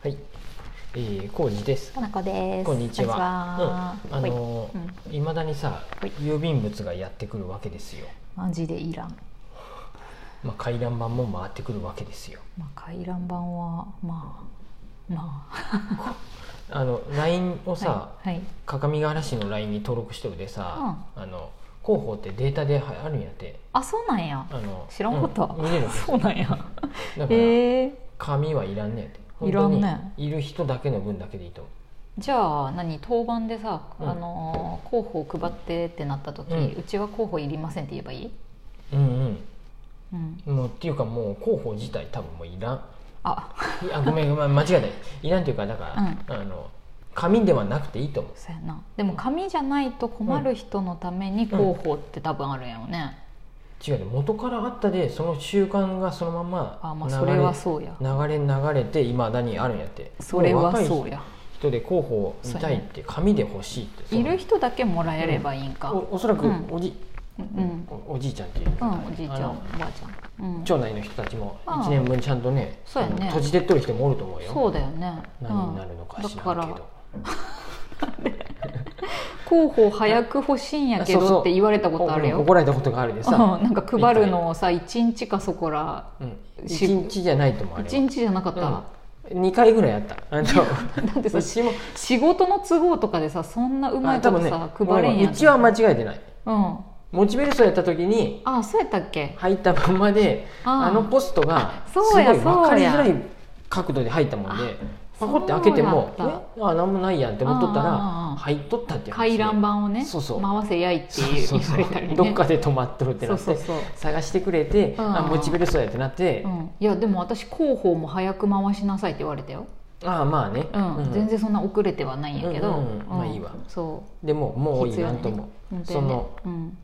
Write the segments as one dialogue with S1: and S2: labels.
S1: はい、えー、コウジです。
S2: かなこです。
S1: こんにちは。うん、あ
S2: こんにちは
S1: の
S2: ほいうん
S1: ー、いまだにさ
S2: ほい、
S1: 郵便物がやってくるわけですよ。
S2: マジでいらん。
S1: まあ、回覧板も回ってくるわけですよ。
S2: まあ回覧板はまあまあ。
S1: あの、LINE をさ、
S2: はい、はい
S1: 各務原市の LINE に登録してるでさ、あの、広報ってデータではあるんやって。
S2: あそうなんや。
S1: あの
S2: 知らんかった
S1: うん見れるん です
S2: そうなんや。
S1: だから、
S2: へえ。
S1: 紙はいらんねんって。
S2: いらんねん
S1: 本当にいる人だけの分だけでいいと思
S2: じゃあ何当番でさ、
S1: うん
S2: あのー候補を配ってってなった時、
S1: う
S2: うんちは候補いりませんって言えばいい？
S1: う。うん
S2: うん。
S1: うん。もうっていうかもう広報自体多分もういらん。
S2: あ、
S1: いやごめんごめん間違えないいらんというかだから、あの紙ではなくていいと思う
S2: そうやな。でも紙じゃないと困る人のために候補って多分あるんやろね。
S1: 違うね元からあったでその習慣がそのまま
S2: あまあそれはそうや。
S1: 流れ流れていまだにあるんやって
S2: それはそう
S1: 若い
S2: や。
S1: 人で候補を見たいって紙で欲しいって
S2: いる人だけもらえればいいん
S1: そ
S2: か。
S1: のおおそらく
S2: うん
S1: おじ、
S2: うん。
S1: おおじいちゃんっていう
S2: う
S1: か、
S2: ん、おじいちゃん、
S1: あ
S2: お
S1: の
S2: ばあちゃん。うん、
S1: 町内の人たちも
S2: ああ
S1: 1年分ちゃんとね
S2: そうやね
S1: あの閉じてっとる人もおると思うよ
S2: そうだよね。
S1: 何になるのか知らんけ
S2: うんだか
S1: ど
S2: ら候補早く欲しいんやけどって言われたことある
S1: うん
S2: よ。
S1: 怒られたことがあるで
S2: うん
S1: さ、
S2: なんか配るのをさ、一日かそこら、
S1: うん、
S2: し
S1: 1日じゃないと思うあれは
S2: 一日じゃなかった。
S1: うん、2回ぐらいあった あの
S2: だってさ
S1: うちも
S2: 仕事の都合とかでさ、そんなうまい
S1: あ
S2: こ
S1: 多
S2: と
S1: 分ね
S2: さ、配れんや
S1: うちは間違えてない
S2: うん。
S1: モチベルソンやった時に
S2: あ、そうやったっけ。
S1: 入ったまんまで
S2: あ
S1: あ
S2: あ
S1: のポストがす
S2: そ
S1: ご
S2: う
S1: い
S2: や
S1: 分かりづら
S2: そ
S1: い
S2: う
S1: 角度で入ったもんで
S2: あ
S1: パコって開けても「え
S2: そうだっ
S1: あ何もないやん」って思っとった
S2: あああ
S1: ら
S2: あ
S1: 入っとったって話で
S2: 回覧板をね、
S1: そうそう
S2: 回せやいって
S1: そう
S2: 言
S1: そう
S2: わ
S1: そう
S2: れたりね。
S1: どっかで止まっとるって
S2: そ
S1: な
S2: う
S1: っ
S2: そう
S1: て
S2: そう。
S1: 探してくれて「
S2: うん
S1: あモチベルソンや」ってなって
S2: うん、いやでも私広報も早く回しなさいって言われたよ、
S1: ああまあね
S2: うん
S1: うん
S2: 全然そんな遅れてはないんやけど、
S1: うんうんうんまあいいわ
S2: そう
S1: でももうい
S2: 必要
S1: ら
S2: や
S1: ん
S2: ね
S1: と思う
S2: 本当
S1: そ
S2: やね
S1: の
S2: うん、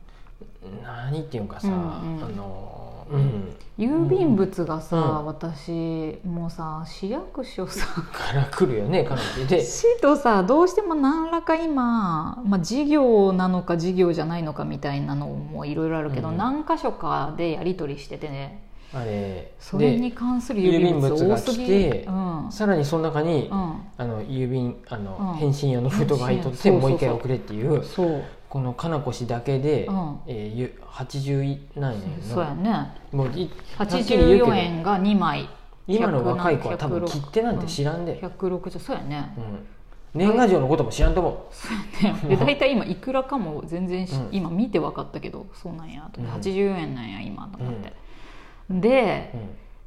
S1: 何っていうんかさ
S2: う
S1: あ
S2: んうん
S1: のうん
S2: 郵便物がさ、
S1: うん
S2: 私もうさ市役所さ
S1: から来るよね彼女 で
S2: 市とさどうしても何らか今、まあ、事業なのか事業じゃないのかみたいなのもいろいろあるけど、
S1: うん
S2: 何箇所かでやり取りしててね
S1: あれ
S2: それに関する郵便物多すぎ
S1: 郵便物が来て
S2: うん
S1: でさらにその中に、
S2: う
S1: あの郵便あの、
S2: うん
S1: 返信用の封筒が入っとっ
S2: 返
S1: て
S2: 信用
S1: もう一
S2: そ
S1: 回
S2: うそうそう、
S1: 送れっていうん
S2: そう
S1: このかなこ氏だけで、
S2: うん
S1: えーゆ80何円
S2: そうや
S1: の
S2: ね
S1: もうい
S2: 84
S1: はっきり言うけど
S2: 円が2枚
S1: 今の若い子は多分
S2: 106
S1: 切手なんて知らんで、
S2: 160そうやね
S1: うん年賀状のことも知らんと思
S2: ねで大体今いくらかも全然し、
S1: うん
S2: 今見て分かったけどそうなんやと思って、
S1: う
S2: 80円なんや今と思って、で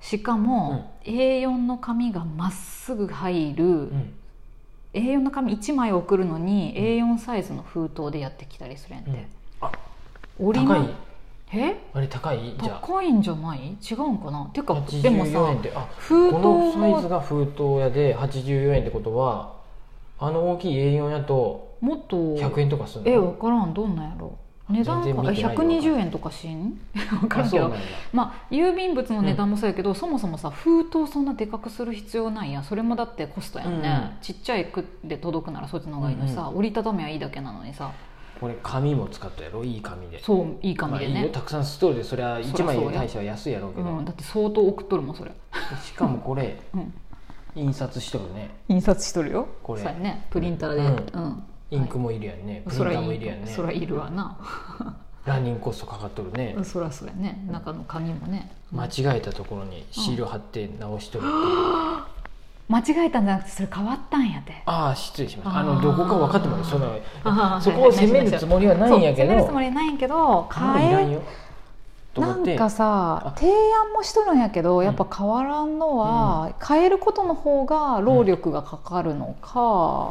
S1: う、
S2: しかも、A4 の紙がまっすぐ入る、
S1: うんうん
S2: A4 の紙1枚送るのに
S1: うん
S2: A4 サイズの封筒でやってきたりするやんて、
S1: うんあ
S2: 折り
S1: 高
S2: ま
S1: い
S2: え
S1: あれ高いじゃあ
S2: 高いんじゃない違うんかなっていうかでも
S1: 84
S2: さ
S1: 円ってあ
S2: 封筒
S1: このサイズ
S2: も
S1: が封筒屋で84円ってことはあの大きい A4 やと
S2: もっと
S1: 100円とかするの
S2: え分からんどんなんやろ値段
S1: 全然
S2: か
S1: 見てないよ
S2: 120円とかしん 分から
S1: あ
S2: ん
S1: そ
S2: け
S1: うなん
S2: ど
S1: だ
S2: まあ郵便物の値段もそうやけど、そもそもさ封筒そんなでかくする必要ないやんそれもだってコストやんね、
S1: うんうん
S2: ちっちゃいくで届くならそっちの方がいいのにさ、
S1: うん
S2: 折りたためはいいだけなのにさ
S1: これ紙も使ったやろいい紙で
S2: そういい紙
S1: ま
S2: で
S1: あ、いいよ
S2: ね、
S1: たくさんストールでそれは1枚に対しては安いやろうけど、
S2: うん、だって相当送っとるもんそれ、
S1: しかもこれ
S2: うん、
S1: 印刷しとるね
S2: 印刷しとるよ
S1: これ
S2: そうやねプリンターで、
S1: う
S2: うん
S1: インクもいるやんね、プリン
S2: そ
S1: タ
S2: ら
S1: ーも
S2: い
S1: いるやん
S2: る
S1: ね
S2: そらいるわな、
S1: ランニングコストかかっとるね、
S2: そらそうやね中の紙もね、
S1: 間違えたところにシール貼って直しとるっていう、
S2: 間違えたんじゃなくてそれ変わったんやて
S1: ああ失礼しましたあ
S2: あー
S1: のどこか分かってもらうそんな
S2: あー
S1: そこを責めるつもりはないんやけ
S2: そう責めるつ
S1: ど
S2: もりはないんやけど
S1: もういらん
S2: 変え
S1: よと
S2: な
S1: 思っ
S2: ん
S1: て
S2: か
S1: あ
S2: さ提案もしとるんやけどやっぱ変わらんのは、変えることの方が労力がかかるのか、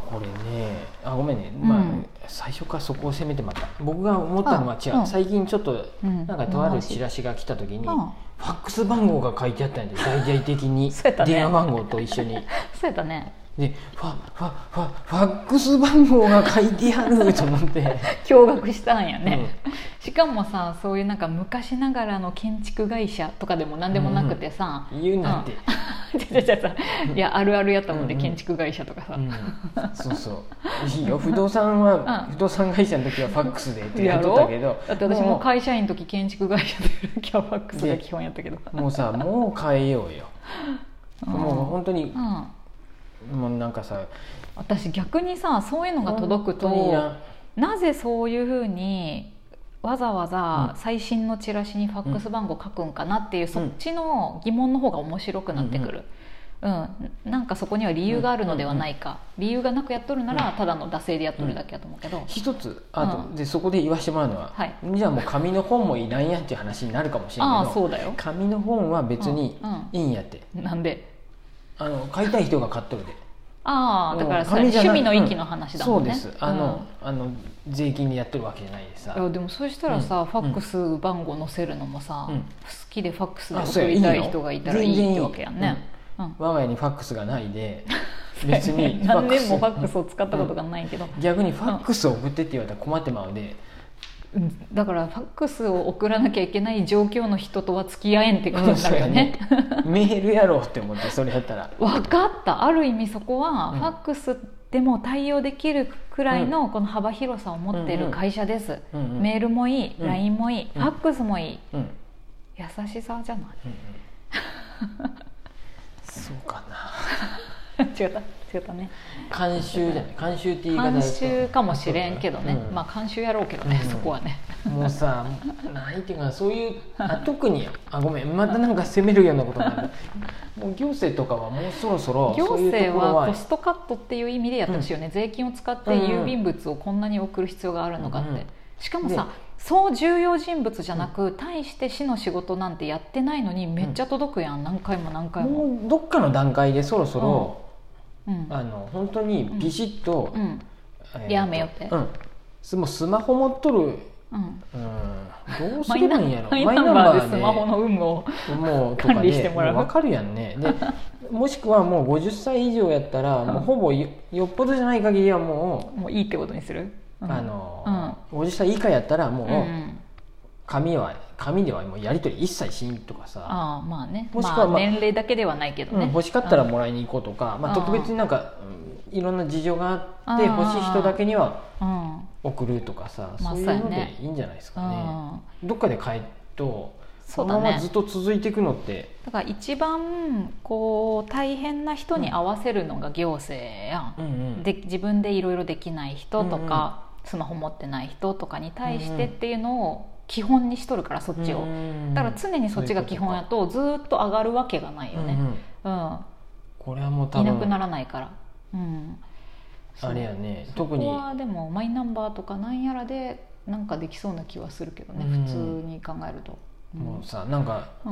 S1: これねあごめんね、まあ
S2: うん
S1: 最初からそこを責めてまた僕が思ったのは違う、
S2: あうん
S1: 最近ちょっと
S2: うん
S1: なんかとあるチラシが来た時に、
S2: うん
S1: ファックス番号が書いてあったんで大々的に
S2: そうやったね
S1: 電話番号と一緒に。
S2: そうやったね
S1: でファファファファックス番号が書いてあると思って、
S2: 驚愕したんやね、しかもさそういうなんか昔ながらの建築会社とかでも何でもなくてさ、
S1: うん言うなって、
S2: 違う違う違ういやあるあるやったもんね、
S1: うんうん
S2: 建築会社とかさ、
S1: うんそうそういいよ不動産は、
S2: うん
S1: 不動産会社の時はファックスでってや
S2: や
S1: っ
S2: ろ
S1: とったけど
S2: だって私も会社員の時建築会社でキャバックスが基本やったけど
S1: もうもうさもう変えようよ、
S2: うん
S1: もう本当に
S2: うん
S1: もうなんかさ
S2: 私逆にさそういうのが届くと
S1: 本当にな
S2: なぜそういうふうにわざわざ
S1: うん
S2: 最新のチラシにファックス番号書くんかなっていう、そっちの疑問の方が面白くなってくる、うんなんかそこには理由があるのではないか、理由がなくやっとるならただの惰性でやっとるだけやと思うけど、
S1: 一つあと、
S2: うん
S1: でそこで言わしてもらうのは、
S2: はい
S1: じゃあもう紙の本もいらんやんっていう話になるかもしれ
S2: あ
S1: ない
S2: あ
S1: けど
S2: そうだよ
S1: 紙の本は別に
S2: うん
S1: いいんやって、
S2: うんなんで
S1: あの買いたい人が買っとるで
S2: ああだから
S1: うん
S2: それ
S1: 紙じゃ
S2: 趣
S1: ない
S2: 味の域の話だもんね、
S1: そうですあの,、あの税金でやってるわけじゃないでさ
S2: いやでもそうしたらさ、
S1: うん
S2: ファックス番号載せるのもさ、
S1: うん
S2: 好きでファックスで
S1: あそう
S2: 送
S1: や
S2: りたい
S1: いいよ
S2: 人がいたらい
S1: 全然いい
S2: いってわけやね。うん
S1: 我が家にファックスがない で別にファッ
S2: 何
S1: ク
S2: 年
S1: ス
S2: もファックスを使ったことがないけど、
S1: 逆にファックスを送ってって言われたら困ってまうで
S2: うんだからファックスを送らなきゃいけない状況の人とは付き合えんってことになるよね。
S1: うんそうやね メールやろうって思ってそれやったら
S2: 分かったある意味そこは、
S1: うん
S2: ファックスでも対応できるくらいのこの幅広さを持っている会社です、
S1: うんうん
S2: メールもいい、
S1: うん
S2: LINE もいい、
S1: うん
S2: ファックスもいい
S1: うん、うん
S2: 優しさじゃない
S1: うん、 そうかな
S2: 違った違ったね
S1: 監修じゃない監修って言い方
S2: 監
S1: ですよ
S2: 修かもしれんけどね、
S1: うん
S2: まあ監修やろうけどね、
S1: うん
S2: そこはね
S1: もうさないっていうかそういうあ特にあごめんまたなんか責めるようなことになる もう行政とかはもうそろそろ
S2: 行
S1: そういうと
S2: 政
S1: ころ
S2: はコストカットっていう意味でやってほしいよね、税金を使って郵便物をこんなに送る必要があるのかって、
S1: うんうん
S2: しかも
S1: ね
S2: さそう重要人物じゃなく、対して市の仕事なんてやってないのにめっちゃ届くやん、何回も何回も、
S1: もうどっかの段階でそろそろ、
S2: うん
S1: あの本当にビシッと,
S2: う
S1: えー
S2: ん
S1: と、
S2: やめよって
S1: うんすもうスマホ持っとる、
S2: うん、
S1: うん、どうす
S2: マイ
S1: れ
S2: ナ
S1: ばいいんやろ
S2: マイナンバーでス
S1: マイナ
S2: マ
S1: ン
S2: ホの有無を、
S1: もうとか
S2: 管
S1: で
S2: 理してもらう
S1: 分かるやんねでもしくはもう50歳以上やったらもうほぼよよっぽどじゃない限りはも
S2: もういいってことにする、
S1: う、
S2: うん
S1: あの、50歳以下やったらも
S2: う
S1: う、
S2: んうん
S1: 紙は紙ではもうやり取り一切しんとかさ、
S2: ああまあね
S1: もしくは
S2: ま
S1: ま
S2: あ、
S1: あ
S2: 年齢だけではないけど
S1: うん
S2: ね、
S1: 欲しかったらもらいに行こうとか、まあ、
S2: うん
S1: 特別になんか、うんいろんな事情があって
S2: あー
S1: 欲しい人だけには
S2: うん
S1: 送るとかさ、
S2: まあ
S1: そういう
S2: そ
S1: の
S2: うやね
S1: でいいんじゃないですかね、
S2: うん
S1: どっかで変えと
S2: そ
S1: そうの
S2: だね
S1: ままずっと続いていくのって
S2: だから一番こう大変な人に合わせるのが行政や
S1: うん
S2: ん、
S1: うん
S2: で自分でいろいろできない人とか、スマホ持ってない人とかに対してっていうのを基本にしとるからそっちを、
S1: うん
S2: だから常にそっちが基本やとずーっと上がるわけがないよ
S1: うんう
S2: ね、
S1: ん
S2: うん
S1: これはもう多
S2: いなくな
S1: 分
S2: らないから、うん、
S1: あれやね
S2: そ
S1: 特に
S2: こはでもマイナンバーとかなんやらでなんかできそうな気はするけどね、
S1: うん
S2: 普通に考えると。うん
S1: もうさなんか
S2: う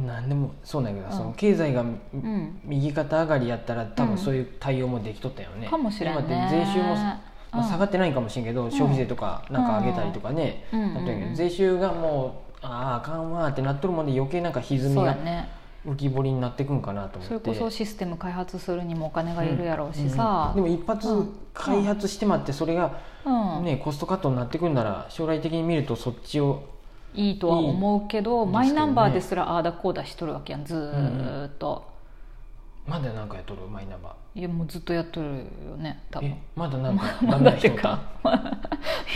S2: ん
S1: 何でもそうなんやけど、
S2: うん
S1: その経済が
S2: うん
S1: 右肩上がりやったら多
S2: うん
S1: 分そういう対応もできとったよね、
S2: かもしれんね
S1: 今って税収も、まあ、下が
S2: っ
S1: ってないかもしれんけど、消費税とかなんか上げたりとかね、
S2: うんうんうん
S1: なったけど税収がもうあああかんわーってなっとるもんで余計なんか歪み
S2: そうや
S1: が
S2: ね
S1: 浮き彫りになってくんかなと思って
S2: それこそシステム開発するにもお金がいるやろうし
S1: う
S2: さ、
S1: んでも一発開発してまってそれが、
S2: うん
S1: ねコストカットになってくんなら将来的に見るとそっちを
S2: いいとは思うけ
S1: い
S2: ど
S1: いですけどね
S2: マイナンバーですらああだこうだしとるわけやんずーっと、
S1: まだなんかやっとるマイナンバ
S2: いやもうずっとやっとるよね多
S1: ーえ
S2: 分
S1: まだなんか
S2: ま
S1: ダメ
S2: だ
S1: な
S2: って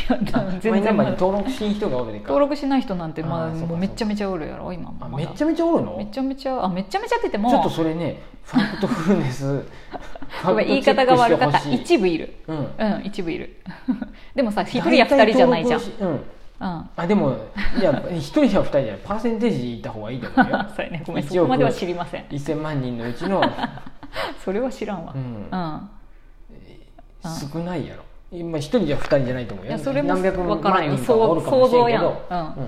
S1: 人お
S2: いう
S1: った
S2: かいや
S1: あ
S2: 全
S1: マイナ
S2: 然
S1: ンバー
S2: まだ
S1: に登録しん人がおるでか
S2: 登録しない人なんてま
S1: あ
S2: あ
S1: ーそうか
S2: もうめちゃめちゃおるやろ今も
S1: あ
S2: ま
S1: め
S2: だ
S1: ちゃめちゃおるの
S2: めちゃめちゃあめちゃめちゃって言っても
S1: ちょっとそれねファクトフルネ ス
S2: ごめん言い方が悪かった
S1: ファクトチェックしてほしい
S2: 一部いる
S1: うん
S2: うん一部いる でもさ一人や二人じゃないじゃん、
S1: 大体登録し
S2: うん
S1: うん、あでもいや一人や二人じゃないパーセンテージで言った方がいいと思うよ
S2: そうやねごめん
S1: 一
S2: そ
S1: 億
S2: こまでは知りません
S1: 1000万人のう ちの、
S2: それは知らんわ
S1: う
S2: うん、
S1: ん、
S2: あ
S1: 少ないやろ今一人じゃ二人じゃないと思う
S2: い
S1: よ
S2: やそれも
S1: 何百万
S2: 分からんよ
S1: 人かお
S2: 想
S1: るかも
S2: 想
S1: しれん
S2: 像
S1: け
S2: やんう
S1: ど
S2: ん、う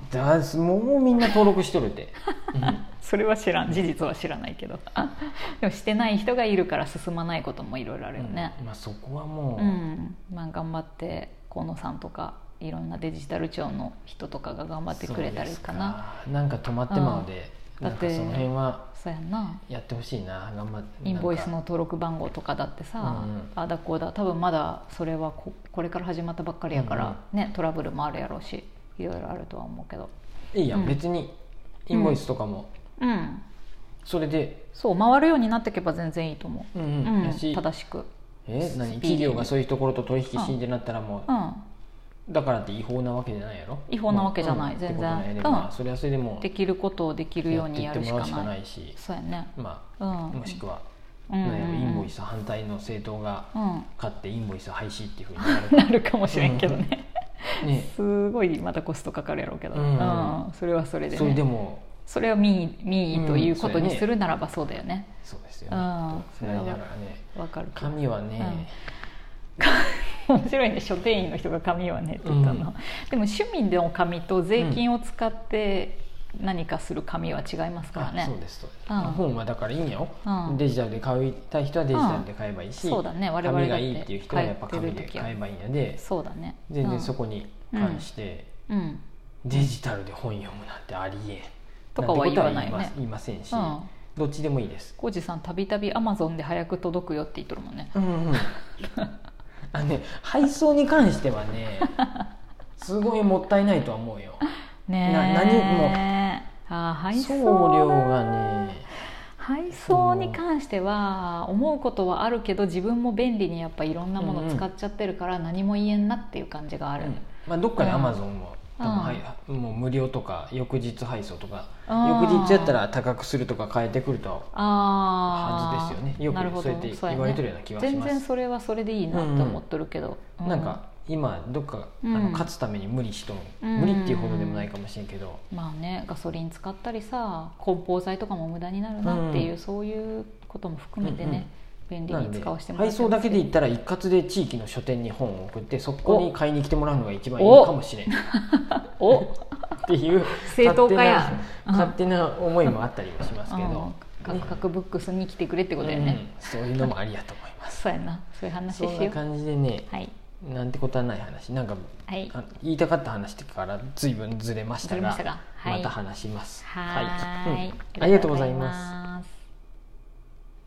S2: ん
S1: だすもうみんな登録しとるって、うん
S2: それは知らん事実は知らないけど でもしてない人がいるから進まないこともいろいろあるよね
S1: うんまあ、そこはも
S2: う
S1: う、
S2: ん、まあ、頑張って河野さんとかいろんなデジタル庁の人とかが頑張ってくれたらいいかな
S1: そうですかなんか止まってまうで、
S2: うん
S1: なんかその辺は
S2: そうやんな
S1: やってほしいな頑張って
S2: インボイスの
S1: なんか
S2: 登録番号とかだってさ、
S1: うんうん
S2: ああだこうだ多分まだそれはここれから始まったばっかりやから、ねトラブルもあるやろうしいろいろあるとは思うけど
S1: いいやん、
S2: うん
S1: 別にインボイスとかも
S2: うん
S1: それで、
S2: そう回るようになっていけば全然いいと思
S1: うん
S2: う、
S1: うん
S2: うん
S1: やし
S2: 正しく、
S1: え
S2: スピーディー
S1: 何
S2: に
S1: 企業がそういうところと取引しんでなったらもう、
S2: うん、
S1: だからって違法なわけじゃないやろ
S2: 違法なわけじゃない
S1: うん
S2: 全然
S1: ってことなんやね
S2: うん
S1: まあそれはそれでも
S2: できることをできるようにやるしか
S1: やってってもらうしか
S2: な
S1: ないいし
S2: そうやね
S1: ま
S2: うん
S1: あもしくは
S2: うんうんうん
S1: なんやろインボイス反対の政党が
S2: うん
S1: 勝ってインボイス廃止っていうふうになる
S2: なるかもしれんけどね、
S1: ね
S2: すごいまたコストかかるやろうけど、
S1: う
S2: うんんそれはそれで,、
S1: それ
S2: ね、
S1: でも
S2: それは民意民意ということ
S1: うんそうや
S2: に
S1: ね
S2: するならばそうだよね
S1: そうですよね
S2: うん
S1: きっとだからね
S2: わかるけど
S1: 紙はね、
S2: 面白いね書店員の人が紙はねって言ったの、
S1: うん
S2: でも趣味の紙と税金を使って何かする紙は違いますから
S1: あ
S2: ね、
S1: そうですそうです、
S2: うん
S1: 本はだからいいんよ、
S2: うん
S1: デジタルで買いたい人はデジタルで買えばいいし、
S2: うんそうだね我々
S1: 紙がいいっていう人はやっぱ紙
S2: だ
S1: で
S2: って
S1: 買えばいいんやで
S2: そうだね
S1: 全然そ
S2: こ、
S1: こに関して、
S2: うんうん
S1: デジタルで本読むなんてありえん
S2: とかは言わないよね
S1: んてことは言いませんし、
S2: うん
S1: どっちでもいいです
S2: 浩二さんたびたびアマゾンで早く届くよって言っとるもんね
S1: うんうん あのね配送に関しては ねすごいもったいないとは思うよ
S2: ねえ
S1: な何も
S2: あー配
S1: 送
S2: 送
S1: 料
S2: な
S1: がね
S2: 配送に関しては思うことはあるけど自分も便利にやっぱいろんなもの使っちゃってるから何も言えんなっていう感じがある、
S1: うんまあ、どっかで
S2: うん
S1: アマゾンも多分
S2: うん
S1: はいもう無料とか翌日配送とか
S2: あー
S1: 翌日やったら高くするとか変えてくると
S2: あ
S1: は
S2: あ
S1: ずですよねよく
S2: なるほど
S1: そうやって
S2: そうや
S1: 言
S2: ね
S1: われてるような気がし
S2: 全
S1: ま
S2: 然
S1: す
S2: それはそれでいいなって思っとるけど、う
S1: なんか今どっかあ
S2: うん
S1: の勝つために無理しとん
S2: うん
S1: 無理っていうほどでもないかもしれんけど
S2: まあねガソリン使ったりさ梱包材とかも無駄になるなっていう、
S1: うん
S2: そういうことも含めてね、便利
S1: なん
S2: に
S1: で
S2: 使わせてもら
S1: 配
S2: っ
S1: 送
S2: てま
S1: だ
S2: すけ
S1: け
S2: ど
S1: で言ったら一括で地域の書店に本を送ってそこに買いに来てもらうのが一番いいかもしれんっ
S2: お
S1: ていう
S2: 正当化や
S1: 勝手な勝手な思いもあったりもしますけど、
S2: うんカクカクブックスに来てくれってことだよ
S1: う
S2: ね、
S1: んそういうのもありやと思います
S2: そうやなそういう話し
S1: そ
S2: よ
S1: んな
S2: う
S1: 感じでね、
S2: はい
S1: なんてことはない話なんか
S2: はい
S1: あ言いたかった話から随分ずれました
S2: ずれま
S1: が
S2: したがはい
S1: また話します
S2: はー
S1: う
S2: い、
S1: んありがとうございます
S2: す